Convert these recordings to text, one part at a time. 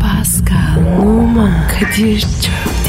Pascal, Oman, Kadir çok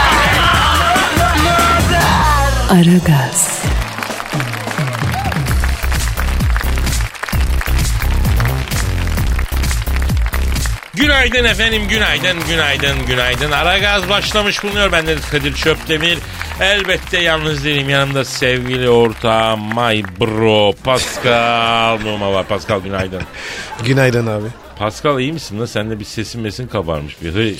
Aragaz, Günaydın efendim, günaydın, günaydın, günaydın. Ara gaz başlamış bulunuyor. Ben de Kadir Çöptemir. Elbette yalnız değilim. Yanımda sevgili ortağım, my bro, Pascal. Numa var. Pascal günaydın. Günaydın abi. Pascal iyi misin lan? Sende bir sesin mesin kabarmış. Bir hıy,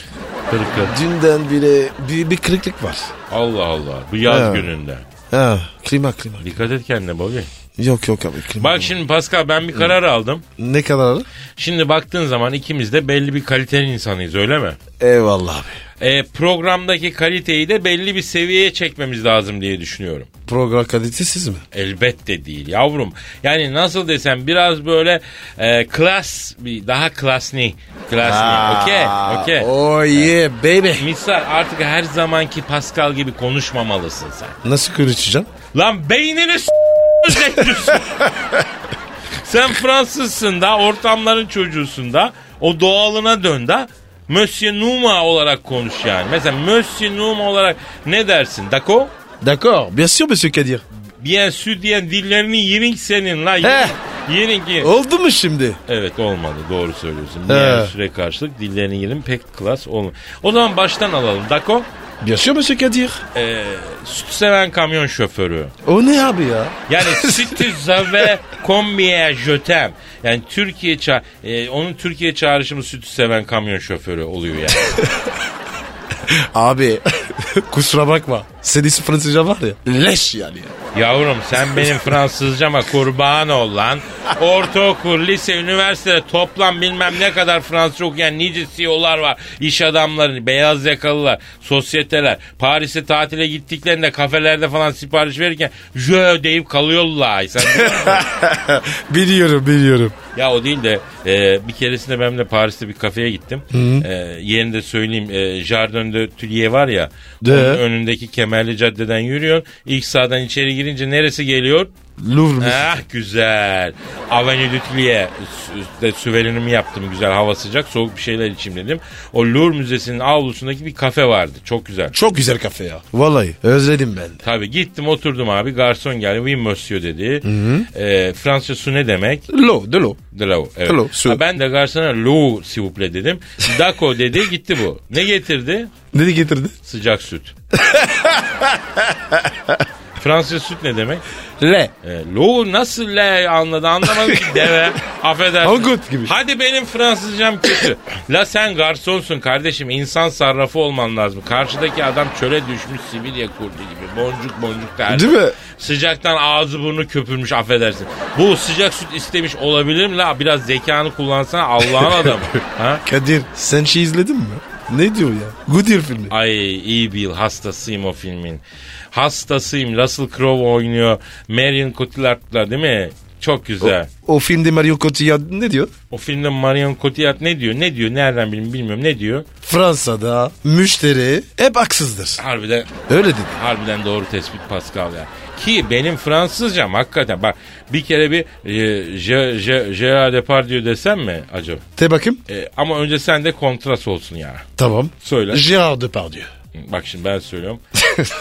hırkı. Dünden bile bir, bir kırıklık var. Allah Allah. Bu yaz Ha. gününde. Ha, klima klima. Dikkat et kendine Bobby. Yok yok abi klima. Bak şimdi Pascal ben bir karar aldım. Ne kadar alır? Şimdi baktığın zaman ikimiz de belli bir kalitenin insanıyız öyle mi? Eyvallah abi. E, programdaki kaliteyi de belli bir seviyeye çekmemiz lazım diye düşünüyorum. Program kalitesi siz mi? Elbette değil yavrum. Yani nasıl desem biraz böyle e, klas bir daha klasni. Klasni. Okey. Okey. Oh yeah baby. Misal artık her zamanki Pascal gibi konuşmamalısın sen. Nasıl konuşacağım? Lan beynini s- özetliyorsun. sen Fransızsın da ortamların çocuğusun da o doğalına dön da Monsieur Numa olarak konuş yani. Mesela Monsieur Numa olarak ne dersin? Dako? D'accord. Bien sûr monsieur Kadir. Bien sûr diyen dillerini yirin senin la. Yirin, Heh. yirin, yirin. Oldu mu şimdi? Evet olmadı doğru söylüyorsun. He. Bien süre karşılık dillerini yirin pek klas olmadı. O zaman baştan alalım. Dako? Bien sûr monsieur Kadir. Ee, süt seven kamyon şoförü. O ne abi ya? Yani Sütü Zave Kombiye Jötem. Yani Türkiye ça e, onun Türkiye çağrışımı sütü seven kamyon şoförü oluyor yani. Abi kusura bakma. Senin Fransızca var ya. Leş yani. ya. Yavrum sen benim Fransızcama kurban ol lan. Ortaokul, lise, üniversitede toplam bilmem ne kadar Fransızca okuyan nice CEO'lar var. İş adamları, beyaz yakalılar, sosyeteler. Paris'e tatile gittiklerinde kafelerde falan sipariş verirken jö deyip kalıyorlar. Sen biliyorum biliyorum. Ya o değil de e, bir keresinde ben de Paris'te bir kafeye gittim. E, yerini de söyleyeyim. E, Jardin de Tuileries var ya. De. Onun önündeki kemerli caddeden yürüyorsun. İlk sağdan içeri girince neresi geliyor? Louvre mu? Ah güzel. Avenue du Tuileries Sü- de süverenimi yaptım güzel. Hava sıcak soğuk bir şeyler içeyim dedim. O Louvre Müzesi'nin avlusundaki bir kafe vardı. Çok güzel. Çok güzel kafe ya. Vallahi özledim ben. de. Tabii gittim oturdum abi. Garson geldi. Oui monsieur dedi. E, Fransızca su ne demek? Lo de lo. Drago, evet. Hello, su. Ha, ben de garsona Lou s'il vous plaît dedim. Dako dedi gitti bu. Ne getirdi? Nereye getirdi? Sıcak süt. Fransız süt ne demek? Le. E, Lou nasıl le anladı anlamadım ki deve. Affedersin. Angut gibi. Hadi benim Fransızcam kötü. La sen garsonsun kardeşim. İnsan sarrafı olman lazım. Karşıdaki adam çöle düşmüş Sibirya kurdu gibi. Boncuk boncuk derdi. Değil mi? Sıcaktan ağzı burnu köpürmüş affedersin. Bu sıcak süt istemiş olabilir mi la? Biraz zekanı kullansana Allah'ın adamı. ha? Kadir sen şey izledin mi? Ne diyor ya? Goodyear filmi. Ay iyi bir yıl hastasıyım o filmin. Hastasıyım. Russell Crowe oynuyor. Marion Cotillard'la değil mi? Çok güzel. O filmde Mario Cotillard ne diyor? O filmde Marion Cotillard ne diyor? Ne diyor? Nereden bilmiyorum bilmiyorum. Ne diyor? Fransa'da müşteri hep haksızdır. Harbiden Öyle dedi. harbiden doğru tespit Pascal ya. Ki benim Fransızcam hakikaten bak bir kere bir e, Je, Je, Gérard Depardieu desem mi acaba? Te bakayım. E, ama önce sen de kontrast olsun ya. Tamam. Söyle. Gérard Depardieu. Bak şimdi ben söylüyorum.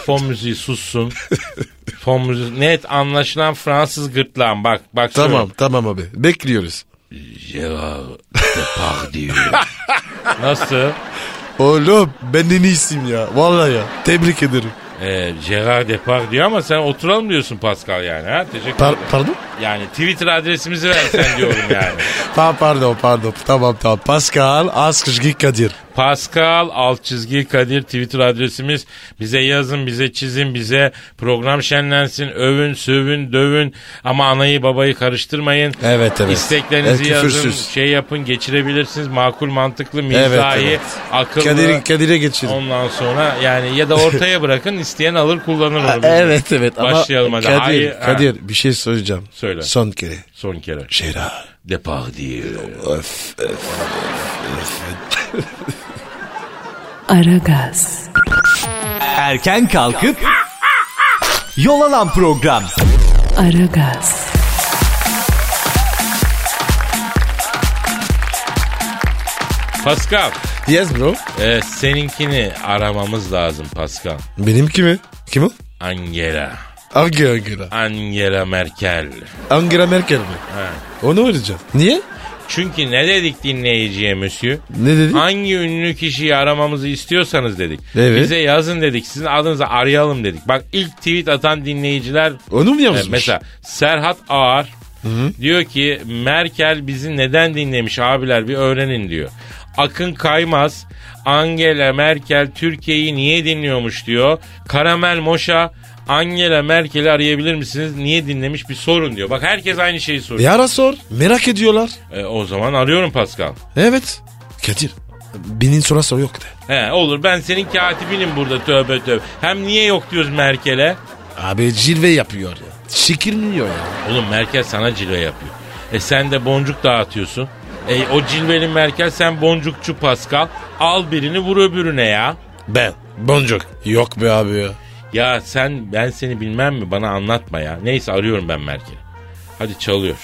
Fon müziği sussun. Fon müziği net anlaşılan Fransız gırtlağın bak bak Tamam tamam abi. Bekliyoruz. Söylüyorum. Nasıl? Oğlum ben en iyisiyim ya. Vallahi ya. Tebrik ederim. E, Gerard Depardieu ama sen oturalım diyorsun Pascal yani ha? Teşekkür Par- ederim. pardon? Yani Twitter adresimizi versen diyorum yani. Tamam pardon pardon. Tamam tamam. Pascal Askışgi Kadir. Pascal alt çizgi Kadir Twitter adresimiz. Bize yazın, bize çizin, bize program şenlensin. Övün, sövün, dövün ama anayı babayı karıştırmayın. Evet, evet. İsteklerinizi Evet, yazın, küfürsüz. şey yapın, geçirebilirsiniz. Makul, mantıklı, şey, mizahi, Evet, evet. akıllı. Kadir, Kadir'e geçelim. Ondan sonra yani ya da ortaya bırakın isteyen alır kullanır onu. Evet evet ama Başlayalım hadi. Kadir, Hayır, ha. Kadir bir şey söyleyeceğim. Söyle. Son kere. Son kere. Şera. Depardieu. Öf, öf. Aragaz, Erken kalkıp yol alan program. Aragaz, Pascal, Yes bro. e, seninkini aramamız lazım Pascal. Benim kimi? Kim o? Angela. Hangi Angela? Angela Merkel. Angela Merkel mi? Onu arayacağım. Niye? Çünkü ne dedik dinleyiciye monsieur? Ne dedi? Hangi ünlü kişiyi aramamızı istiyorsanız dedik. Evet. Bize yazın dedik. Sizin adınızı arayalım dedik. Bak ilk tweet atan dinleyiciler Onu mu e, yazmış? mesela Serhat Ağar diyor ki Merkel bizi neden dinlemiş abiler bir öğrenin diyor. Akın Kaymaz Angela Merkel Türkiye'yi niye dinliyormuş diyor. Karamel Moşa Angela Merkel'i arayabilir misiniz? Niye dinlemiş bir sorun diyor. Bak herkes aynı şeyi soruyor. Bir ara sor. Merak ediyorlar. E, o zaman arıyorum Pascal. Evet. Kadir. Benim sorası yok de. He olur ben senin katibinim burada tövbe tövbe. Hem niye yok diyoruz Merkel'e? Abi cilve yapıyor ya. Şekilmiyor ya. Oğlum Merkel sana cilve yapıyor. E sen de boncuk dağıtıyorsun. E o cilveli Merkel sen boncukçu Pascal. Al birini vur öbürüne ya. Ben. Boncuk. Yok be abi ya. Ya sen ben seni bilmem mi bana anlatma ya. Neyse arıyorum ben Merkel'i. Hadi çalıyor.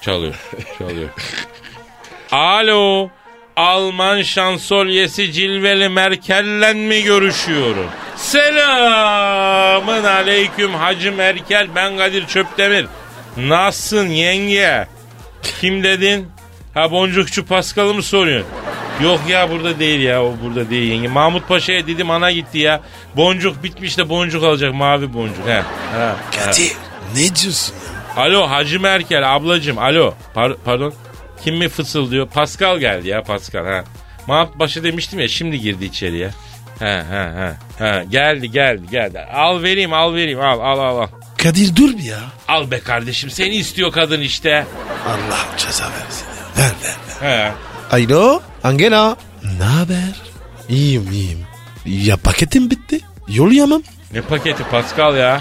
Çalıyor. Çalıyor. Alo. Alman şansölyesi cilveli Merkel'le mi görüşüyorum? Selamın aleyküm Hacı Merkel. Ben Kadir Çöptemir. Nasılsın yenge? Kim dedin? Ha boncukçu Paskal'ı mı soruyorsun? Yok ya burada değil ya o burada değil yenge. Mahmut Paşa'ya dedim ana gitti ya. Boncuk bitmiş de boncuk alacak mavi boncuk. He. he, he. Kadir. Ne diyorsun ya? Alo Hacı Merkel ablacım alo Par- pardon kim mi fısıldıyor? Pascal geldi ya Pascal ha. Mahmut Paşa demiştim ya şimdi girdi içeriye. He he he. he. Geldi geldi geldi. Al vereyim al vereyim al al al al. Kadir dur bir ya. Al be kardeşim seni istiyor kadın işte. Allah ceza versin ya. Ver ver ver. He. Alo Angela. Ne haber? İyiyim iyiyim. Ya paketim bitti. Yollayamam. Ne paketi Pascal ya?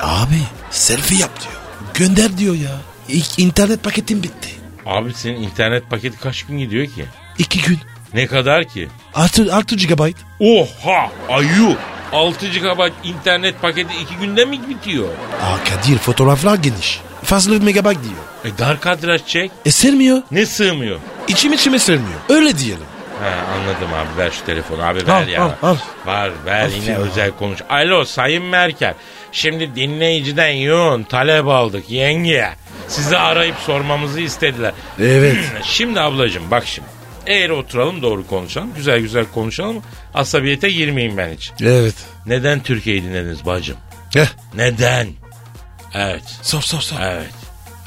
Abi selfie yap diyor. Gönder diyor ya. İlk internet paketim bitti. Abi senin internet paketi kaç gün gidiyor ki? İki gün. Ne kadar ki? Artı, artı GB. Oha ayu 6 GB internet paketi 2 günde mi bitiyor? Aa Kadir fotoğraflar geniş. Fazla megabayt diyor. E dar kadraj çek. E sermiyor. Ne sığmıyor? İçim içime sermiyor. Öyle diyelim. Ha, anladım abi ver şu telefonu abi ver Al, ya. al, al. Var ver Of yine ya. özel konuş. Alo Sayın Merkel. Şimdi dinleyiciden yoğun talep aldık yenge. Sizi arayıp sormamızı istediler. Evet. Şimdi ablacığım bak şimdi. Eğer oturalım doğru konuşalım. Güzel güzel konuşalım. Asabiyete girmeyeyim ben hiç. evet. Neden Türkiye'yi dinlediniz bacım? Heh. Neden? Evet. Eh, Sor sor sor. Evet.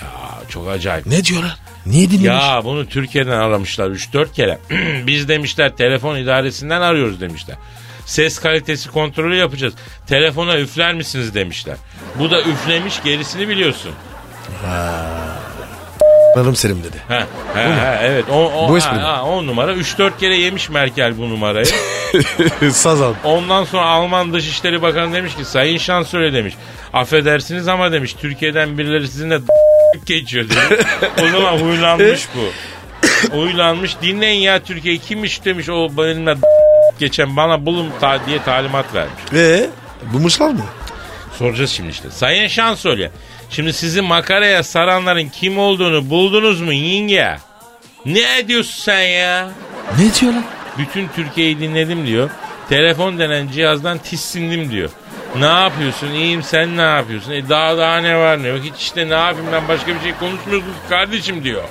Aa, çok acayip. Ne diyorlar? Niye dinlemiş? Ya bunu Türkiye'den aramışlar 3-4 kere. Biz demişler telefon idaresinden arıyoruz demişler. Ses kalitesi kontrolü yapacağız. Telefona üfler misiniz demişler. Bu da üflemiş gerisini biliyorsun. Hanım Selim dedi. Ha, ha, ha, evet. O, o, Bu ha, ismi mi? ha, on numara 3-4 kere yemiş Merkel bu numarayı. Sazan. Ondan sonra Alman Dışişleri Bakanı demiş ki Sayın Şansölye demiş. Affedersiniz ama demiş Türkiye'den birileri sizinle geçiyor demiş. o zaman huylanmış bu. huylanmış. Dinleyin ya Türkiye kimmiş demiş o benimle geçen bana bulun ta- diye talimat vermiş. Ve bulmuşlar mı? Soracağız şimdi işte. Sayın Şansölye şimdi sizi makaraya saranların kim olduğunu buldunuz mu yenge? Ne ediyorsun sen ya? Ne diyorlar? Bütün Türkiye'yi dinledim diyor. Telefon denen cihazdan tissindim diyor. Ne yapıyorsun? İyiyim sen ne yapıyorsun? E daha daha ne var ne yok? Hiç işte ne yapayım ben başka bir şey konuşmuyoruz kardeşim diyor.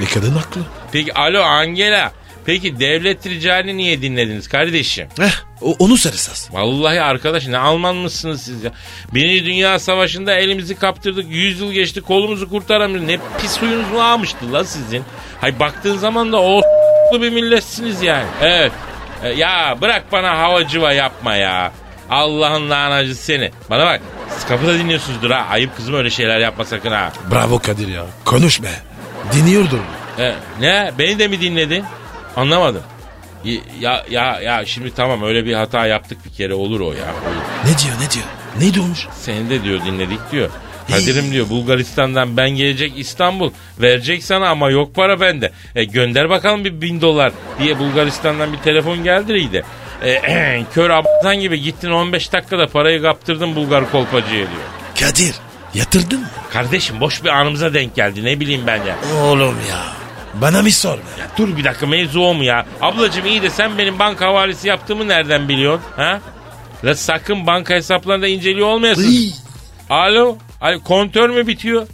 E kadın haklı. Peki alo Angela Peki devlet ricalini niye dinlediniz kardeşim? Heh, Eh, o- onu sor esas. Vallahi arkadaş ne Alman mısınız siz ya? Birinci Dünya Savaşı'nda elimizi kaptırdık. Yüz yıl geçti kolumuzu kurtaramıyoruz. Ne pis huyunuz varmıştı la sizin. Hay baktığın zaman da o bir milletsiniz yani. Evet. E, Ya bırak bana hava cıva yapma ya. Allah'ın lanacı seni. Bana bak siz kapıda dinliyorsunuzdur ha. Ayıp kızım öyle şeyler yapma sakın ha. Bravo Kadir ya. Konuş be. Dinliyordur. E, ne? Beni de mi dinledin? Anlamadım. Y- Ya ya ya şimdi tamam öyle bir hata yaptık bir kere olur o ya. Olur. Ne diyor ne diyor? Ne diyormuş? Seni de diyor dinledik diyor. Kadir'im diyor Bulgaristan'dan ben gelecek İstanbul verecek sana ama yok para bende. E, gönder bakalım bir bin dolar diye Bulgaristan'dan bir telefon geldiriydi. E, kör abdan gibi gittin 15 dakikada parayı kaptırdın Bulgar kolpacıya diyor. Kadir yatırdın mı? Kardeşim boş bir anımıza denk geldi ne bileyim ben ya. Oğlum ya. Bana bir sor be. Ya dur bir dakika mevzu o mu ya? Ablacığım iyi de sen benim banka havalesi yaptığımı nereden biliyorsun? Ha? La sakın banka hesaplarında inceliyor olmayasın. Iy. Alo, alo kontör mü bitiyor?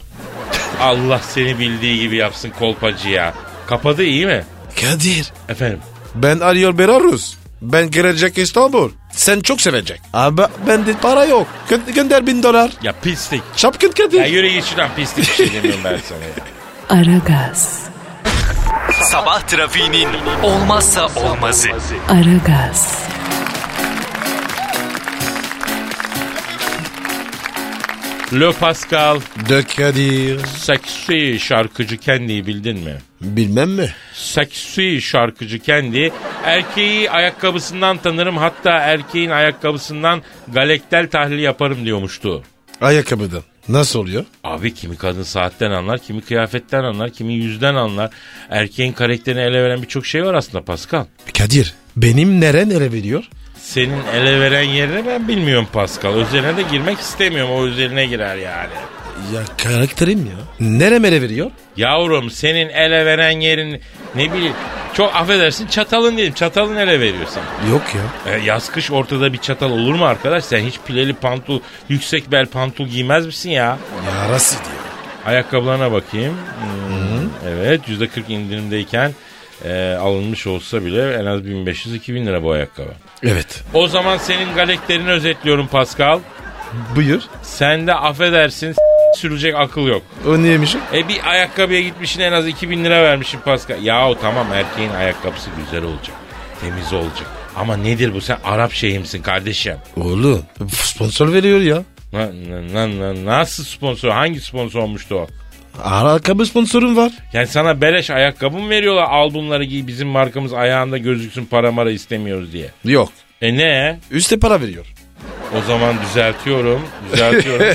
Allah seni bildiği gibi yapsın kolpacı ya. Kapadı iyi mi? Kadir. Efendim. Ben arıyor Belarus. Ben gelecek İstanbul. Sen çok sevecek. Ama bende para yok. Gö- gönder bin dolar. Ya pislik. Çapkın Kadir. Ya yürü git şuradan pislik bir şey demiyorum ben sana ya. Aragaz, Sabah trafiğinin olmazsa olmazı. Aragaz, Le Pascal, De Kadir. seksi şarkıcı kendiyi bildin mi? Bilmem mi? Seksi şarkıcı kendi. Erkeği ayakkabısından tanırım hatta erkeğin ayakkabısından galektel tahlili yaparım diyormuştu. Ayakkabıdan. Nasıl oluyor? Abi kimi kadın saatten anlar, kimi kıyafetten anlar, kimi yüzden anlar. Erkeğin karakterini ele veren birçok şey var aslında Pascal. Kadir benim neren ele veriyor? Senin ele veren yerini ben bilmiyorum Pascal. Özeline de girmek istemiyorum. O özeline girer yani. Ya karakterim ya. Nerem ele veriyor? Yavrum senin ele veren yerin ne bileyim çok affedersin çatalın diyeyim. Çatalın ele veriyorsun. Yok ya. E, yaz kış ortada bir çatal olur mu arkadaş? Sen hiç pileli pantul, yüksek bel pantul giymez misin ya? Ya Rasid ya. Ayakkabılarına bakayım. Hmm, Evet yüzde 40 indirimdeyken e, alınmış olsa bile en az 1500-2000 lira bu ayakkabı. Evet. O zaman senin galeklerini özetliyorum Pascal. Buyur. Sende affedersin s- sürecek akıl yok. O neymiş? o? E bir ayakkabıya gitmişsin en az 2000 lira vermişsin Pascal. Yahu tamam erkeğin ayakkabısı güzel olacak. Temiz olacak. Ama nedir bu sen Arap şeyimsin kardeşim. Oğlum sponsor veriyor ya. Na, na- na- na- nasıl sponsor hangi sponsor olmuştu o? Ayakkabı sponsorum var. Yani sana beleş ayakkabı mı veriyorlar al bunları giy bizim markamız ayağında gözüksün para mara istemiyoruz diye. Yok. E ne? Üste para veriyor. O zaman düzeltiyorum. Düzeltiyorum.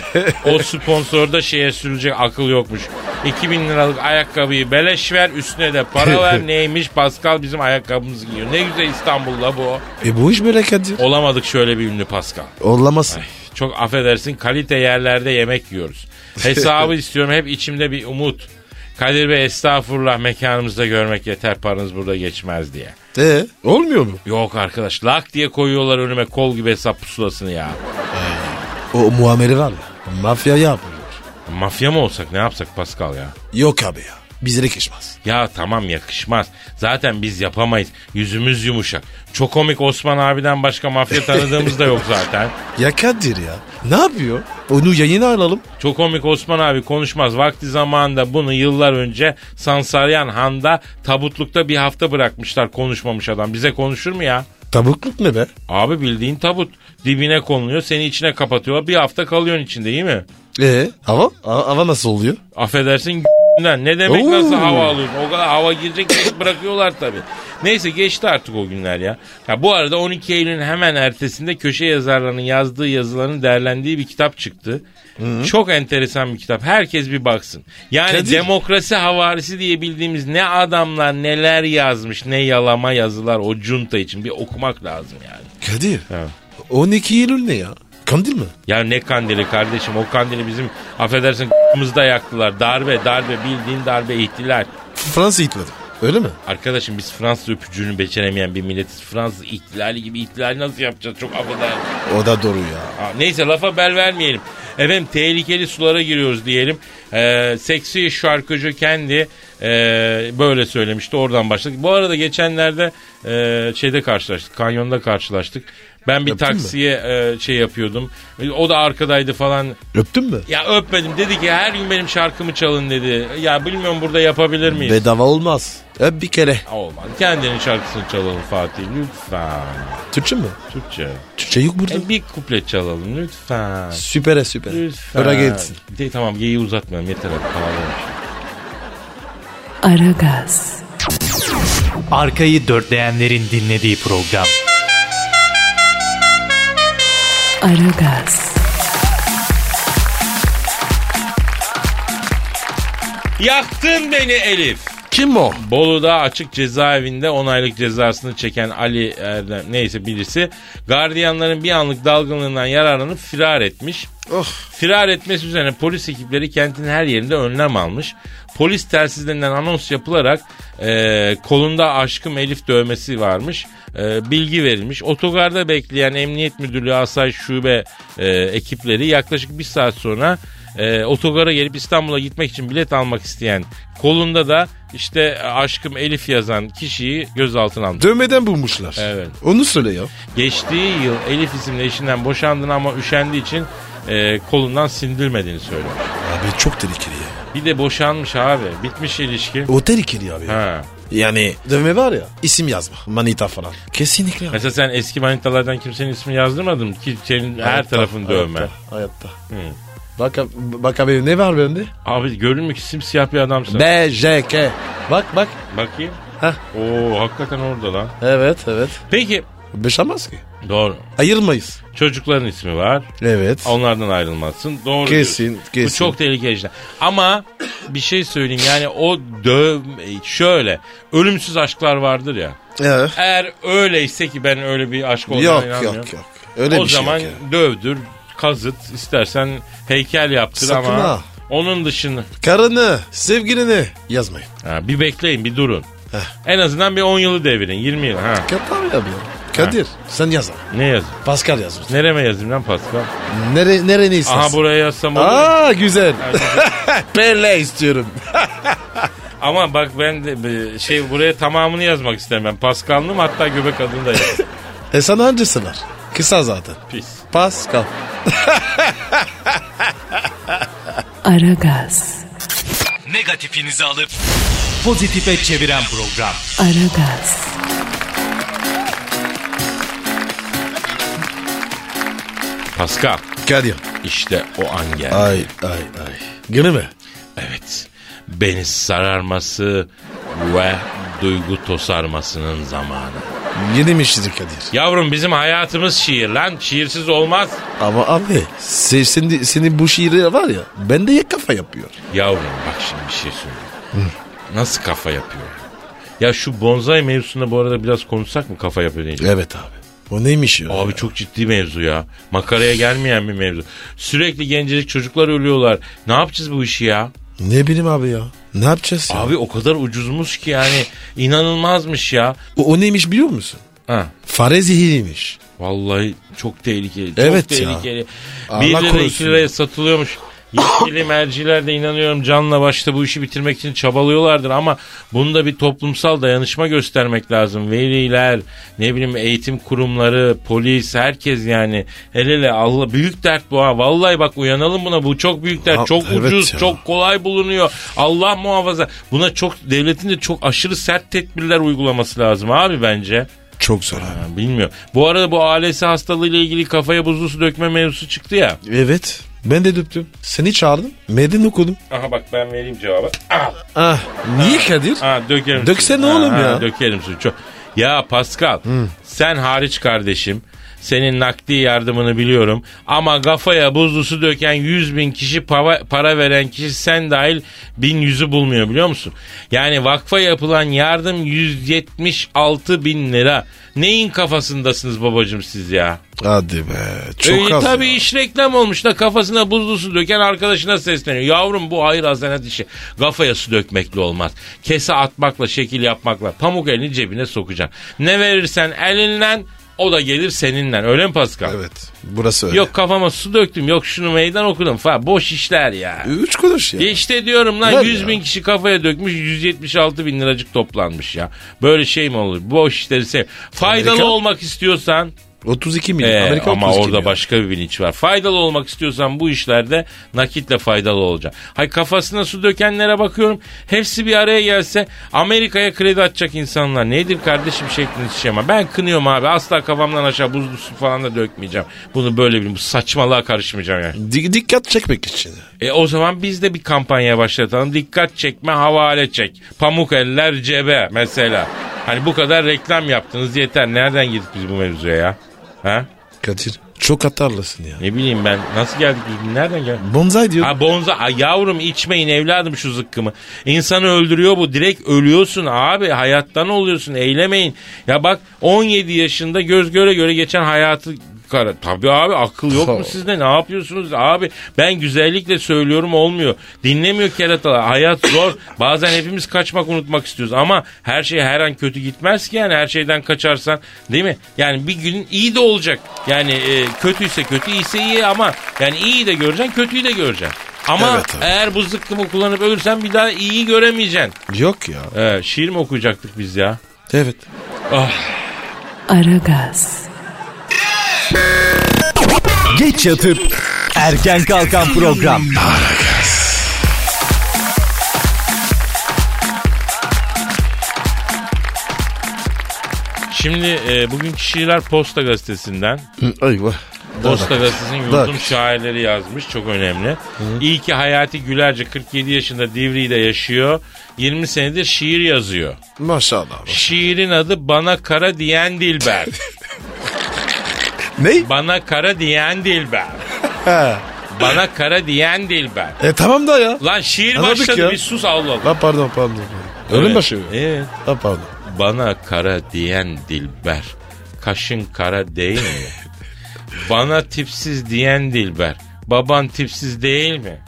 o sponsorda şeye sürülecek akıl yokmuş. 2000 liralık ayakkabıyı beleş ver üstüne de para ver neymiş Pascal bizim ayakkabımızı giyiyor. Ne güzel İstanbul'da bu. E bu iş böyle Kadir. Olamadık şöyle bir ünlü Pascal. Olamaz. Çok affedersin kalite yerlerde yemek yiyoruz. Hesabı istiyorum hep içimde bir umut. Kadir Bey estağfurullah mekanımızda görmek yeter paranız burada geçmez diye. E olmuyor mu? Yok arkadaş lak diye koyuyorlar önüme kol gibi hesap pusulasını ya. O muamele var ya. Mafya yapıyor. Mafya mı olsak ne yapsak Pascal ya? Yok abi ya. Bize yakışmaz. Ya tamam yakışmaz. Zaten biz yapamayız. Yüzümüz yumuşak. Çok komik Osman abiden başka mafya tanıdığımız da yok zaten. Ya Kadir ya. Ne yapıyor? Onu yayına alalım. Çok komik Osman abi konuşmaz. Vakti zamanında bunu yıllar önce Sansaryan Han'da tabutlukta bir hafta bırakmışlar konuşmamış adam. Bize konuşur mu ya? Tabukluk ne be? Abi bildiğin tabut. Dibine konuluyor seni içine kapatıyorlar. Bir hafta kalıyorsun içinde iyi mi? E hava? A- hava nasıl oluyor? Affedersin günden. Ne demek Oo. nasıl hava alıyorsun? O kadar hava girecek ki bırakıyorlar tabii. Neyse geçti artık o günler ya. Ha bu arada 12 Eylül'ün hemen ertesinde köşe yazarlarının yazdığı yazıların değerlendiği bir kitap çıktı. Çok enteresan bir kitap. Herkes bir baksın. Yani Kadir. demokrasi havarisi diye bildiğimiz ne adamlar neler yazmış ne yalama yazılar o junta için bir okumak lazım yani. Kadir. Evet. 12 Eylül ne ya? Kandil mi? Ya ne kandili kardeşim o kandili bizim affedersin da yaktılar. Darbe darbe bildiğin darbe ihtilal. Fransa itmedi. Öyle mi? Arkadaşım biz Fransız öpücüğünü beceremeyen bir milletiz. Fransız ihtilali gibi ihtilali nasıl yapacağız çok affedersin. O da doğru ya. Aa, Neyse lafa bel vermeyelim. Efendim tehlikeli sulara giriyoruz diyelim. Ee, seksi şarkıcı kendi ee, böyle söylemişti. Oradan başladık. Bu arada geçenlerde ee, şeyde karşılaştık. Kanyonda karşılaştık. Ben bir Öptün mü? taksiye ee, şey yapıyordum. O da arkadaydı falan. Öptün mü? Ya öpmedim. Dedi ki her gün benim şarkımı çalın dedi. Ya bilmiyorum burada yapabilir miyiz? Bedava olmaz. Öp bir kere. Olmaz. Kendinin şarkısını çalalım Fatih lütfen. Türkçe mü? Türkçe. Türkçe yok burada. E, bir kuplet çalalım lütfen. Süpere süper. Lütfen. Öyle gelsin. De, tamam geyiği uzatmayalım yeter artık. pahalı. Aragaz, Arkayı dörtleyenlerin dinlediği program. Aragaz, Yaktın beni Elif. Kim o? Bolu'da açık cezaevinde 10 aylık cezasını çeken Ali Erdem neyse birisi gardiyanların bir anlık dalgınlığından yararlanıp firar etmiş. Oh. Firar etmesi üzerine polis ekipleri kentin her yerinde önlem almış. Polis telsizlerinden anons yapılarak e, kolunda aşkım Elif dövmesi varmış. E, bilgi verilmiş. Otogarda bekleyen Emniyet Müdürlüğü Asayiş Şube e, ekipleri yaklaşık bir saat sonra e, otogara gelip İstanbul'a gitmek için bilet almak isteyen kolunda da işte e, aşkım Elif yazan kişiyi gözaltına aldı. Dövmeden bulmuşlar. Evet. Onu söyle ya. Geçtiği yıl Elif isimli eşinden boşandığını ama üşendiği için e, kolundan sindirmediğini söylüyor. Abi çok tehlikeli ya. Bir de boşanmış abi. Bitmiş ilişki. O tehlikeli abi. ya. Ha. Yani dövme var ya. İsim yazma. Manita falan. Kesinlikle. Mesela sen eski manitalardan kimsenin ismini yazdırmadın mı ki senin her tarafın dövme. Hayatta. hayatta. Bak, bak abi ne var bende? Abi görünmüyor ki simsiyah bir adamsın. B, J, K. Bak bak. Bakayım. Heh. Oo hakikaten orada lan. Evet evet. Peki. Beşamaz ki. Doğru. Ayırmayız. Çocukların ismi var. Evet. Onlardan ayrılmazsın. Doğru Kesin, diyorsun. kesin. Bu çok tehlikeli işler. Ama bir şey söyleyeyim yani o döv şöyle ölümsüz aşklar vardır ya. Evet. Eğer öyleyse ki ben öyle bir aşk olduğuna Yok inanmıyorum. yok yok. Öyle o bir zaman şey yok ya. dövdür, kazıt, istersen heykel yaptır Sakın ama ha. onun dışını Karını, sevgilini yazmayın. ha, bir bekleyin, bir durun. Heh. En azından bir 10 yılı devirin, 20 yıl. Ha. Kadir abi abi ya. Kadir sen yazma. Ne yazayım? Pascal yazmış. Nereme yazayım lan Pascal? Nere, nereni istersin? Aha buraya yazsam olur. Aa güzel. Pele istiyorum. Ama bak ben de e, şey buraya tamamını yazmak istemem. Pascal'lım hatta göbek adını da yaz. E sana hangisi var? Kısa zaten. Pis. Pascal. Aragaz, Negatifinizi alıp pozitife çeviren program. Aragaz, Pascal Kadir. işte o an geldi. Ay ay ay. Gene mi? Evet. Beni sararması ve duygu tosarmasının zamanı. Yeni mi şiir Kadir? Yavrum bizim hayatımız şiir lan. Şiirsiz olmaz. Ama abi se- senin, senin bu şiiri var ya bende ya kafa yapıyor. Yavrum bak şimdi bir şey söyleyeyim. Nasıl kafa yapıyor? Ya şu bonzai mevzusunda bu arada biraz konuşsak mı kafa yapıyor deyince? Evet abi. O neymiş ya? Abi çok ciddi mevzu ya. Makaraya gelmeyen bir mevzu. Sürekli gencecik çocuklar ölüyorlar. Ne yapacağız bu işi ya? Ne bileyim abi ya. Ne yapacağız ya? Abi o kadar ucuzmuş ki yani inanılmazmış ya. O, o neymiş biliyor musun? Ha. Fare zehiriymiş. Vallahi çok tehlikeli. Çok Evet ya. tehlikeli. Allah 1 lira 2 korusun. liraya satılıyormuş. Yetkili merciler de inanıyorum canla başta bu işi bitirmek için çabalıyorlardır ama bunda bir toplumsal dayanışma göstermek lazım. Veliler, ne bileyim eğitim kurumları, polis, herkes yani. Hele hele Allah büyük dert bu ha. Vallahi bak uyanalım buna. Bu çok büyük dert. Ha, çok evet ucuz, ya. çok kolay bulunuyor. Allah muhafaza. Buna çok devletin de çok aşırı sert tedbirler uygulaması lazım abi bence. Çok zor abi. Ha, Bilmiyorum. Bu arada bu ALS hastalığıyla ilgili kafaya buzlu su dökme mevzusu çıktı ya. Evet. Ben de döktüm. Seni çağırdım. Meden okudum. Aha bak ben vereyim cevabı. Ah, Ah. Niye Kadir? ah, dökerim. Döksene suyu. oğlum Ah, ya. Dökerim suyu. Çok. Ya Pascal sen hariç kardeşim. Senin nakdi yardımını biliyorum. Ama kafaya buzlu su döken 100 bin kişi para, para veren kişi sen dahil bin yüzü bulmuyor biliyor musun? Yani vakfa yapılan yardım 176 bin lira. Neyin kafasındasınız babacım siz ya? Hadi be. Çok Ee, az tabii ya. iş reklam olmuş da kafasına buzlu su döken arkadaşına sesleniyor. Yavrum bu hayır hasenat işi. Kafaya su dökmekle olmaz. Kese atmakla, şekil yapmakla, pamuk elini cebine sokacaksın. Ne verirsen elinden O da gelir seninle. Öyle mi Pascal? Evet. Burası öyle. Yok kafama su döktüm. Yok şunu meydan okudum falan. Boş işler ya. Üç kuruş ya. İşte diyorum lan Ver 100 ya. bin kişi kafaya dökmüş 176 bin liracık toplanmış ya. Böyle şey mi olur? Boş işleri sev. Faydalı Amerika- olmak istiyorsan 32 milyon. ee, Amerika ama 32 orada milyon. başka bir bilinç var. Faydalı olmak istiyorsan bu işlerde nakitle faydalı olacaksın. Hay kafasına su dökenlere bakıyorum. Hepsi bir araya gelse Amerika'ya kredi atacak insanlar. Nedir kardeşim şeklinde şema. Ben kınıyorum abi. Asla kafamdan aşağı buzlu su falan da dökmeyeceğim. Bunu böyle bir bu saçmalığa karışmayacağım yani. Di- dikkat çekmek için. E o zaman biz de bir kampanya başlatalım. Dikkat çekme, havale çek. Pamuk eller cebe mesela. Hani bu kadar reklam yaptınız yeter. Nereden girdik biz bu mevzuya ya? Ha? Kadir çok hatarlısın ya. Ne bileyim ben nasıl geldik biz nereden geldik? Bonzai diyor. Ha bonza Ay yavrum içmeyin evladım şu zıkkımı. İnsanı öldürüyor bu direkt ölüyorsun abi hayattan oluyorsun eylemeyin. Ya bak 17 yaşında göz göre göre geçen hayatı kara. Tabii abi akıl yok mu sizde ne yapıyorsunuz abi ben güzellikle söylüyorum olmuyor. Dinlemiyor keratalar hayat zor bazen hepimiz kaçmak unutmak istiyoruz ama her şey her an kötü gitmez ki yani her şeyden kaçarsan değil mi? Yani bir gün iyi de olacak yani e, kötüyse kötü iyiyse iyi ama yani iyi de göreceksin kötüyü de göreceksin. Ama Evet, evet. eğer bu zıkkımı kullanıp ölürsen bir daha iyiyi göremeyeceksin. Yok ya. Ee, şiir mi okuyacaktık biz ya? Evet. Aragaz, Geç yatıp erken kalkan program. Şimdi e, bugünkü şiirler Posta Gazetesi'nden. Eyvah. Posta Gazetesi'nin Bak. yurdum şairleri yazmış. Çok önemli. İyi ki Hayati Gülerci 47 yaşında Divri'de yaşıyor. 20 senedir şiir yazıyor. Maşallah. Şiirin adı Bana Kara Diyen Dilber. Ne? Bana Kara Diyen Dilber. Bana Kara Diyen Dilber. E tamam da ya. Lan şiir Anladık başladı ya. bir sus Allah Allah. La pardon pardon. pardon. Ölüm Evet. başı mı? Evet. La pardon. Bana kara diyen dilber, kaşın kara değil mi? Bana tipsiz diyen dilber, baban tipsiz değil mi?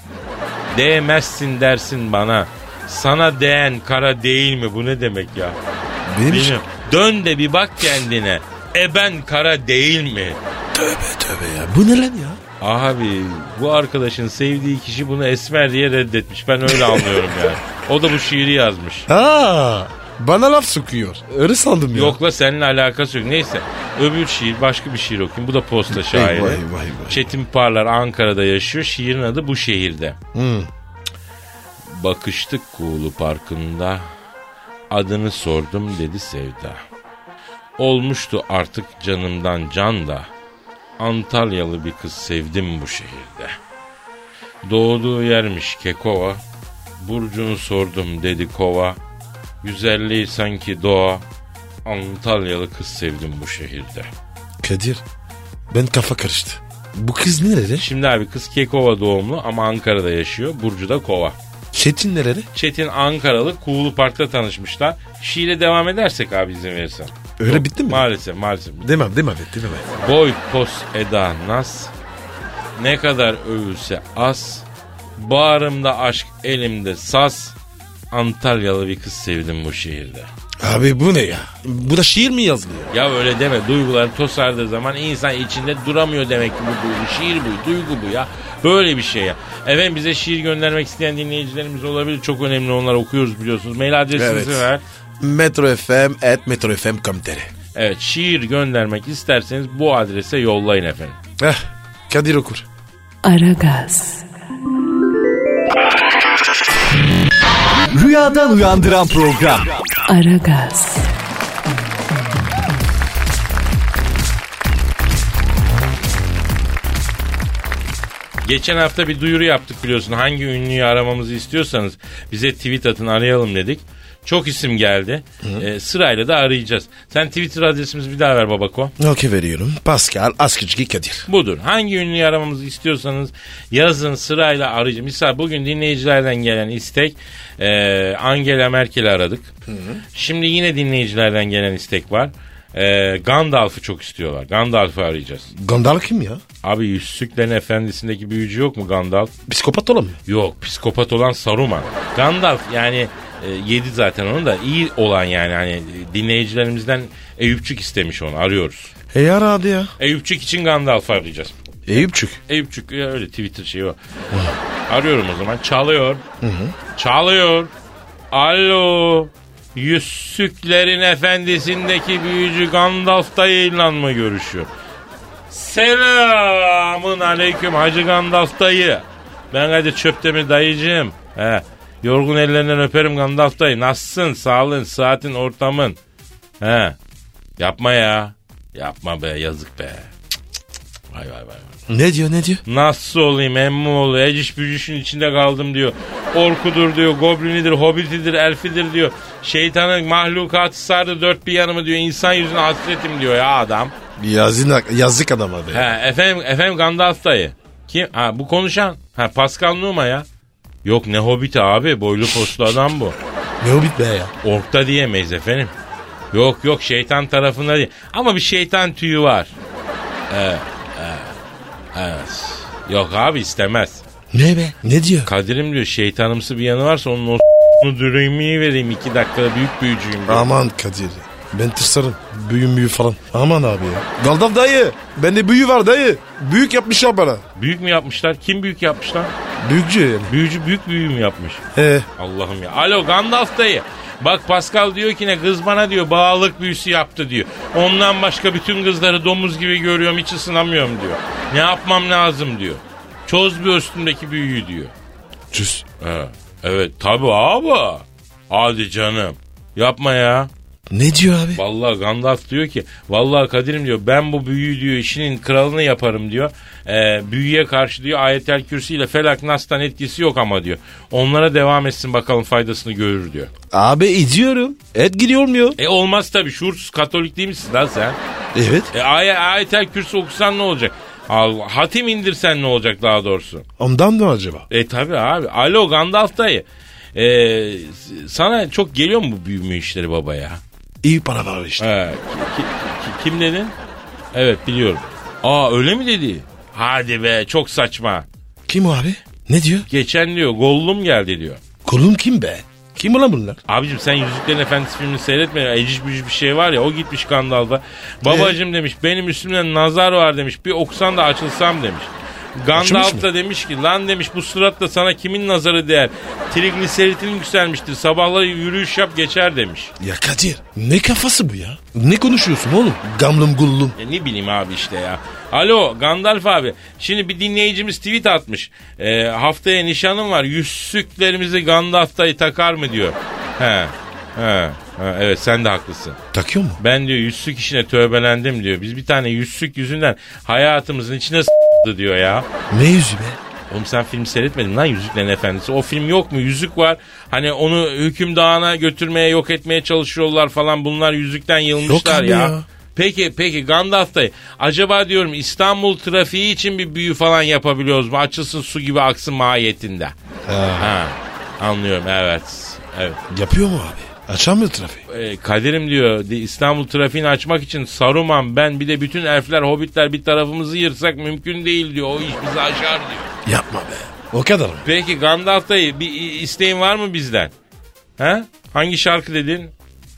Değmezsin dersin bana. Sana değen kara değil mi? Bu ne demek ya? Benim Bilmiyorum. Dön de bir bak kendine. Eben kara değil mi? Tövbe tövbe ya. Bu ne lan ya? Abi bu arkadaşın sevdiği kişi bunu esmer diye reddetmiş. Ben öyle anlıyorum yani. O da bu şiiri yazmış. Aa, bana laf sokuyor. Öyle sandım ya. Yokla seninle alakası yok. Neyse öbür şiir başka bir şiir okuyayım. Bu da posta şairi. Eyvah, eyvah, eyvah. Çetin Parlar Ankara'da yaşıyor. Şiirin adı bu şehirde. Bakıştık Kuğulu Parkı'nda. Adını sordum dedi Sevda. Olmuştu artık canımdan can da. Antalyalı bir kız sevdim bu şehirde. Doğduğu yermiş Kekova. Burcunu sordum dedi kova. Güzelliği sanki doğa. Antalyalı kız sevdim bu şehirde. Kadir, ben kafa karıştı. Bu kız nerede? Şimdi abi kız Kekova doğumlu ama Ankara'da yaşıyor. Burcu da kova. Çetin nerede? Çetin Ankaralı Kuğulu Park'ta tanışmışlar. Şiire devam edersek abi izin verirsen. Öyle bitti mi? Maalesef maalesef. Demem demem demem. Boy, pos, eda, nas. Ne kadar övülse az. Bağrımda aşk, elimde saz. Antalyalı bir kız sevdim bu şehirde. Abi bu ne ya? Bu da şiir mi yazılıyor? Ya öyle deme. Duyguları tosardığı zaman insan içinde duramıyor demek ki bu duygu. Şiir bu, duygu bu ya. Böyle bir şey ya. Efendim bize şiir göndermek isteyen dinleyicilerimiz olabilir. Çok önemli onları okuyoruz biliyorsunuz. Mail adresimizi Evet. ver. Metro FM at Metro FM komtere. Evet şiir göndermek isterseniz bu adrese yollayın efendim. Heh, Kadir okur. Aragaz, Rüyadan uyandıran program. Aragaz, Geçen hafta bir duyuru yaptık biliyorsun. Hangi ünlüyü aramamızı istiyorsanız bize tweet atın arayalım dedik. Çok isim geldi. Ee, sırayla da arayacağız. Sen Twitter adresimizi bir daha ver babako. Okey veriyorum. Pascal Askıcı Kadir. Budur. Hangi ünlüyü aramamızı istiyorsanız yazın sırayla arayacağım. Mesela bugün dinleyicilerden gelen istek e, Angela Merkel'i aradık. Şimdi yine dinleyicilerden gelen istek var. E, Gandalf'ı çok istiyorlar. Gandalf'ı arayacağız. Gandalf kim ya? Abi Yüzsüklerin Efendisi'ndeki büyücü yok mu Gandalf? Psikopat olan mı? Yok psikopat olan Saruman. Gandalf yani e, yedi zaten onu da iyi olan yani hani e, dinleyicilerimizden Eyüpçük istemiş onu arıyoruz. E yar hadi ya. Eyüpçük için Gandalf arayacağız. Eyüpçük. Eyüpçük ya öyle Twitter şeyi var. Arıyorum o zaman. Çalıyor. Çalıyor. Alo. Yüzsüklerin efendisindeki büyücü Gandalf da yayınlanma görüşüyor. Selamın aleyküm Hacı Gandalf dayı. Ben hadi çöptemir dayıcığım. He. Yorgun ellerinden öperim Gandalf dayı. Nasılsın? Sağlığın, saatin, ortamın. He. Yapma ya. Yapma be yazık be. Cık, cık, cık. Vay vay vay. Ne diyor ne diyor? Nasıl olayım emmi oğlu eciş bücüşün içinde kaldım diyor. Orkudur diyor, goblinidir, hobbitidir, elfidir diyor. Şeytanın mahlukatı sardı dört bir yanımı diyor. İnsan yüzüne hasretim diyor ya adam. Yazık, yazık adam abi. He, efendim, efendim Gandalf dayı. Kim? Ha, bu konuşan. Ha, Pascal Numa ya. Yok ne hobbiti abi boylu poslu adam bu. Ne o bit be ya? Orkta diyemeyiz efendim. Yok yok şeytan tarafında değil. Ama bir şeytan tüyü var. Evet, evet, evet. Yok abi istemez. Ne be? Ne diyor? Kadir'im diyor şeytanımsı bir yanı varsa onun o dürümünü vereyim iki dakikada büyük büyücüyüm diyor. Aman Kadir. Ben tırsarım. Büyüm büyü falan. Aman abi ya. Galdaf dayı. Bende büyü var dayı. Büyük yapmışlar bana. Büyük mü yapmışlar? Kim büyük yapmışlar? Büyükçe yani. Büyücü büyük büyü mü yapmış? Ee, Allah'ım ya. Alo Gandalf dayı. Bak Pascal diyor ki ne kız bana diyor bağlılık büyüsü yaptı diyor. Ondan başka bütün kızları domuz gibi görüyorum hiç ısınamıyorum diyor. Ne yapmam lazım diyor. Çöz bir üstümdeki büyüyü diyor. cüz. He. Evet tabi abi. Hadi canım. Yapma ya. Ne diyor abi? Vallahi Gandalf diyor ki vallahi Kadir'im diyor ben bu büyüyü diyor işinin kralını yaparım diyor. Ee, büyüye karşı diyor ayetel kürsü ile felak nastan etkisi yok ama diyor. Onlara devam etsin bakalım faydasını görür diyor. Abi ediyorum. Et gidiyor mu ya? E olmaz tabii şuursuz katolik değil misin lan sen? Evet. E ay- ayetel kürsü okusan ne olacak? Allah, hatim indirsen ne olacak daha doğrusu? Ondan mı acaba? E tabi abi. Alo Gandalf dayı. E, s- sana çok geliyor mu bu büyüme işleri baba ya? İyi para var işte. He, ki- ki- kim dedin? Evet biliyorum. Aa öyle mi dedi? Hadi be çok saçma. Kim o abi? Ne diyor? Geçen diyor Gollum geldi diyor. Kolum kim be? Kim ulan bunlar? Abicim sen Yüzüklerin Efendisi filmini seyretme. ya. Eciş bücüş bir şey var ya o gitmiş Gandalf'a. Babacım demiş benim üstümden nazar var demiş. Bir okusan da açılsam demiş. Gandalf Açılmış da demiş ki lan demiş bu suratla sana kimin nazarı değer? Trigliseritin yükselmiştir. Sabahları yürüyüş yap geçer demiş. Ya Kadir ne kafası bu ya? Ne konuşuyorsun oğlum? Gamlım gullum. Ya ne bileyim abi işte ya. Alo Gandalf abi. Şimdi bir dinleyicimiz tweet atmış. Ee, haftaya nişanım var. Yüzsüklerimizi Gandalf dayı takar mı diyor. He. He. he, evet sen de haklısın. Takıyor mu? Ben diyor yüzsük işine tövbelendim diyor. Biz bir tane yüzsük yüzünden hayatımızın içine s***dı diyor ya. Ne yüzü be? Oğlum sen film seyretmedin lan Yüzüklerin Efendisi. O film yok mu? Yüzük var. Hani onu hüküm dağına götürmeye, yok etmeye çalışıyorlar falan. Bunlar yüzükten yılmışlar abi ya. ya. Peki peki Gandalf dayı. Acaba diyorum İstanbul trafiği için bir büyü falan yapabiliyoruz mu? Açılsın su gibi aksın mahiyetinde. Ha, anlıyorum evet. Evet. Yapıyor mu abi? Açamıyor trafiği. E, Kadir'im diyor "Di- İstanbul trafiğini açmak için Saruman ben bir de bütün elfler hobbitler bir tarafımızı yırtsak mümkün değil diyor. O iş bizi aşar diyor. Yapma be. O kadar mı? Peki Gandalf dayı bir i- isteğin var mı bizden? He? Hangi şarkı dedin?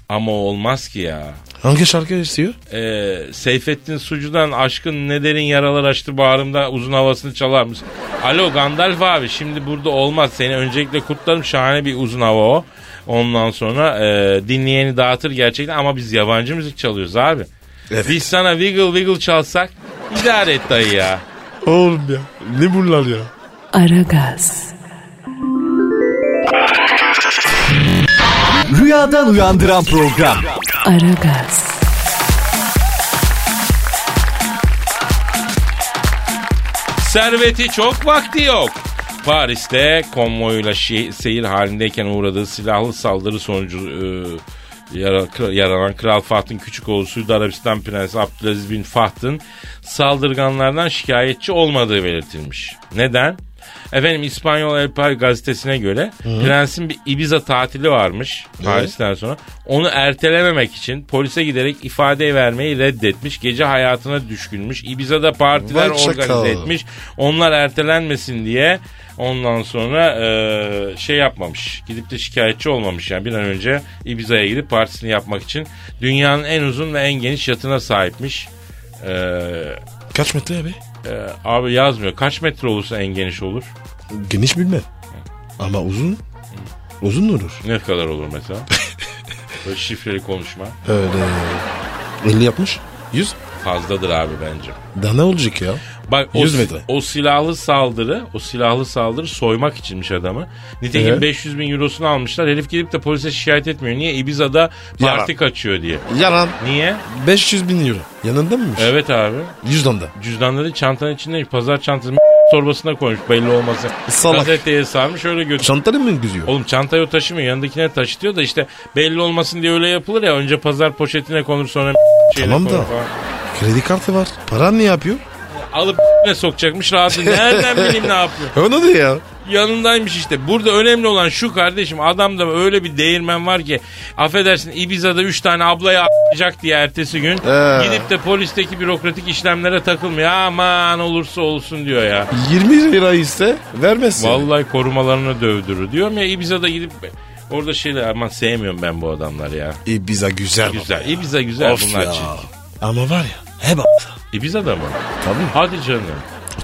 Ama olmaz ki ya. Hangi şarkı istiyor? Ee, Seyfettin Sucu'dan aşkın ne derin yaralar açtı bağrımda uzun havasını çalar mısın? Alo Gandalf abi şimdi burada olmaz. Seni öncelikle kutlarım şahane bir uzun hava o. Ondan sonra e, dinleyeni dağıtır gerçekten ama biz yabancı müzik çalıyoruz abi. Evet. Biz sana wiggle wiggle çalsak idare et dayı ya. Oğlum ya. Ne bunlar ya? Aragaz, Rüyadan uyandıran program. Aragaz, Serveti çok vakti yok. Paris'te konvoyla şi- seyir halindeyken uğradığı silahlı saldırı sonucu e, yara- kra- yaralanan Kral Fahd'ın küçük oğlu Suudi Arabistan Prensi Abdülaziz bin Fahd'ın saldırganlardan şikayetçi olmadığı belirtilmiş. Neden? Efendim İspanyol El País gazetesine göre prensin bir Ibiza tatili varmış Paris'ten sonra. Onu ertelememek için polise giderek ifade vermeyi reddetmiş. Gece hayatına düşkünmüş. Ibiza'da partiler Vay çakal. organize etmiş. Onlar ertelenmesin diye ondan sonra eee, şey yapmamış. Gidip de şikayetçi olmamış yani bir an önce Ibiza'ya gidip partisini yapmak için dünyanın en uzun ve en geniş yatına sahipmiş. Ee, Kaç metre abi? e, abi yazmıyor. Kaç metre olursa en geniş olur? Geniş bilmem. Ama uzun. Uzun olur. Ne kadar olur mesela? Böyle şifreli konuşma. Öyle. 50 yapmış. 100. Fazladır abi bence. Daha ne olacak ya? Bak o, 100 metre. o silahlı saldırı, o silahlı saldırı soymak içinmiş adamı. Nitekim Evet. 500 bin eurosunu almışlar. Herif gidip de polise şikayet etmiyor. Niye? Ibiza'da Yalan. parti kaçıyor diye. Yalan. Niye? 500 bin euro. Yanında mıymış? Evet abi. 100 landa. Cüzdanları çantanın içinde pazar çantası torbasına koymuş belli olmasın. Salak. Gazeteye sarmış öyle götür. Çantanı mı gözüyor? Oğlum çantayı o taşımıyor yanındakine taşıtıyor da işte belli olmasın diye öyle yapılır ya. Önce pazar poşetine konur sonra şeyine Tamam konur da. falan. Kredi kartı var. Para ne yapıyor? Alıp ne sokacakmış rahatsız. Nereden bileyim ne yapıyor? Onu da ya. yanındaymış işte. Burada önemli olan şu kardeşim adamda öyle bir değirmen var ki affedersin Ibiza'da 3 tane ablaya a**acak diye ertesi gün Ee. gidip de polisteki bürokratik işlemlere takılmıyor. Aman olursa olsun diyor ya. 20 lira ise vermezsin. Vallahi korumalarını dövdürür. Diyorum ya Ibiza'da gidip orada şeyler aman sevmiyorum ben bu adamları ya. E, bize güzel. Güzel. Ibiza güzel Of bunlar ya. çirkin. Ama var ya. He bak. Ibiza'da mı? Tabii. Hadi canım.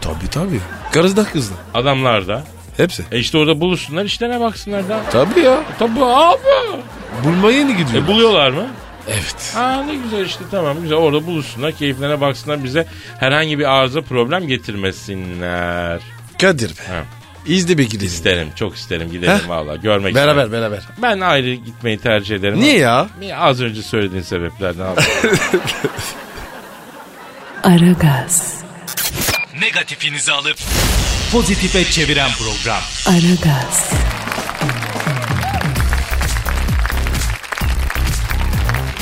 Tabii tabii. Karız da kızdı. Adamlar da. Hepsi. E işte orada buluşsunlar işlerine baksınlar da. Tabii ya. Tabii abi. Bulmaya yeni gidiyor? E buluyorlar mı? evet. Ha ne güzel işte tamam güzel orada buluşsunlar keyiflerine baksınlar bize herhangi bir arıza problem getirmesinler. Kadir be. Ha. İzle bir gidelim. İsterim çok isterim gidelim Heh. valla görmek isterim. Beraber beraber. Ben ayrı gitmeyi tercih ederim. Niye ya? Niye? Az önce söylediğin sebeplerden abi. Aragaz, Negatifinizi alıp pozitife çeviren program. Aragaz,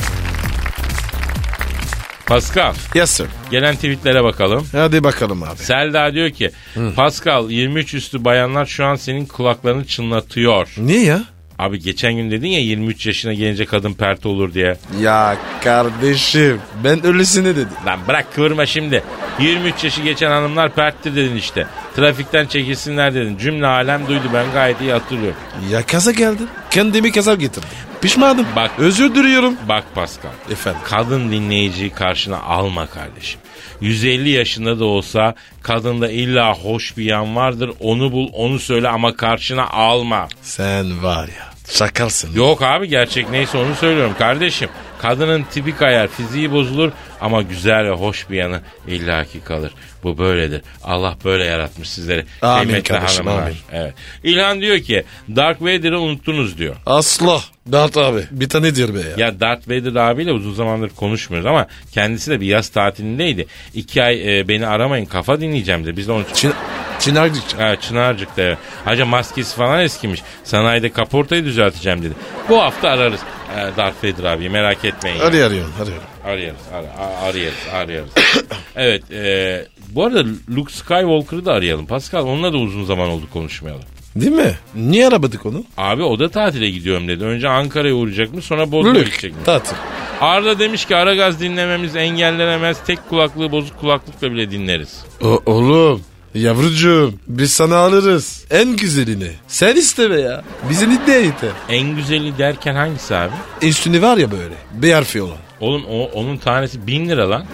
Pascal Yes sir. gelen tweetlere bakalım. Hadi bakalım abi. Selda diyor ki Pascal 23 üstü bayanlar şu an senin kulaklarını çınlatıyor. Niye ya? Abi geçen gün dedin ya 23 yaşına gelince kadın pert olur diye. Ya kardeşim ben öylesine dedim. Lan bırak kıvırma şimdi. 23 yaşı geçen hanımlar perttir dedin işte. Trafikten çekilsinler dedin. Cümle alem duydu ben gayet iyi hatırlıyorum. Ya kaza geldim. Kendimi kaza getirdim. Pişmanım. Bak. Özür diliyorum. Bak Pascal. Efendim. Kadın dinleyiciyi karşına alma kardeşim. 150 yaşında da olsa kadında illa hoş bir yan vardır. Onu bul onu söyle ama karşına alma. Sen var ya. Şakalsın. Yok abi gerçek neyse onu söylüyorum kardeşim. Kadının tipi kayar fiziği bozulur ama güzel ve hoş bir yanı illaki kalır. Bu böyledir. Allah böyle yaratmış sizleri. Amin Kıymetli kardeşim, hanımlar. amin. Evet. İlhan diyor ki Dark Vader'ı unuttunuz diyor. Asla. Dart abi. Bir tane diyor be ya. Ya Darth Vader abiyle uzun zamandır konuşmuyoruz ama kendisi de bir yaz tatilindeydi. İki ay e, beni aramayın kafa dinleyeceğim de biz de onun için... Çin, Çınar diyeceğim. Ha, Çınarcık'ta evet. Hacı maskesi falan eskimiş. Sanayide kaportayı düzelteceğim dedi. Bu hafta ararız. E, Darth Vader abi merak etmeyin. ya. Arıyorum arıyorum. Arıyoruz, ara- a- arıyoruz, arıyoruz. evet, e, bu arada Luke Skywalker'ı da arayalım. Pascal, onunla da uzun zaman oldu konuşmayalı. Değil mi? Niye arabadık onu? Abi o da tatile gidiyorum dedi. Önce Ankara'ya uğrayacakmış, sonra Bodrum'a gidecekmiş. Tatil. Arda demiş ki Aragaz dinlememiz engellenemez. Tek kulaklığı bozuk kulaklıkla bile dinleriz. O, oğlum. Yavrucuğum biz sana alırız. En güzelini. Sen isteme ya. Bizi niddeye yeter. En güzeli derken hangisi abi? Üstünü var ya böyle. Bir harfi olan. Oğlum o, onun tanesi bin lira lan.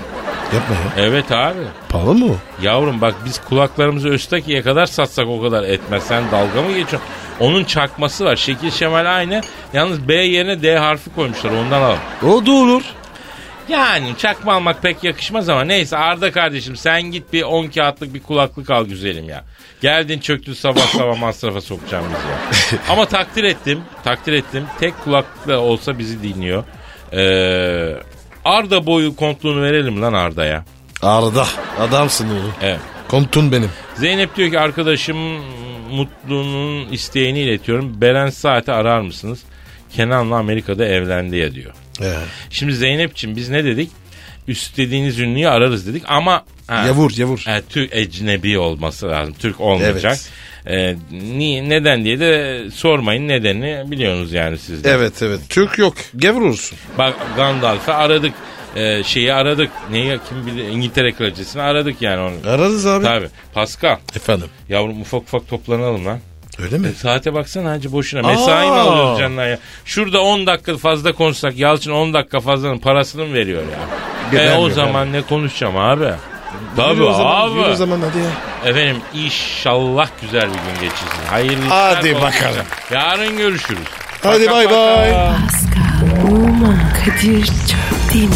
Yapma ya. Evet abi. Pahalı mı o? Yavrum bak biz kulaklarımızı Öztaki'ye kadar satsak o kadar etmez. Sen dalga mı geçiyorsun? Onun çakması var. Şekil şemal aynı. Yalnız B yerine D harfi koymuşlar. Ondan al. O da olur. Yani çakma almak pek yakışmaz ama neyse Arda kardeşim sen git bir 10 kağıtlık bir kulaklık al güzelim ya. Geldin çöktün sabah sabah masrafa sokacağım bizi ya. ama takdir ettim. Takdir ettim. Tek kulaklıkla olsa bizi dinliyor. Ee, Arda boyu kontluğunu verelim lan Arda'ya. Arda. Adamsın oğlum. Evet. Kontun benim. Zeynep diyor ki arkadaşım Mutlu'nun isteğini iletiyorum. Beren Saat'i arar mısınız? Kenan'la Amerika'da evlendi ya diyor. Ee, Şimdi Zeynep'ciğim biz ne dedik? Üstlediğiniz ünlüyü ararız dedik ama... Ha, Yavur yavur. e, Türk ecnebi olması lazım. Türk olmayacak. E, ni, neden diye de sormayın nedeni biliyorsunuz yani siz de. Evet evet. Türk yok. Gavur olsun. Bak Gandalf'ı aradık. E, şeyi aradık. Neyi kim bilir İngiltere kraliçesini aradık yani onu. Ararız abi. Tabii. Pascal Efendim. yavrum ufak ufak toplanalım lan. Öyle mi? E, Saate baksana hacı boşuna. Mesai mi Aa. alıyoruz canına ya? Şurada 10 dakika fazla konuşsak Yalçın 10 dakika fazlanın parasını mı veriyor ya? E, o vermiyor, zaman ne konuşacağım abi? Tabii Yürü o zaman, abi. yürü o zaman hadi ya. Efendim inşallah güzel bir gün geçirsin. Hayırlı işler Hadi olsun. bakalım. Yarın görüşürüz. Hadi Paka bay paka. bay. Pascal, Oman, Kadir çok değil mi?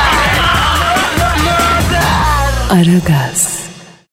Aragaz.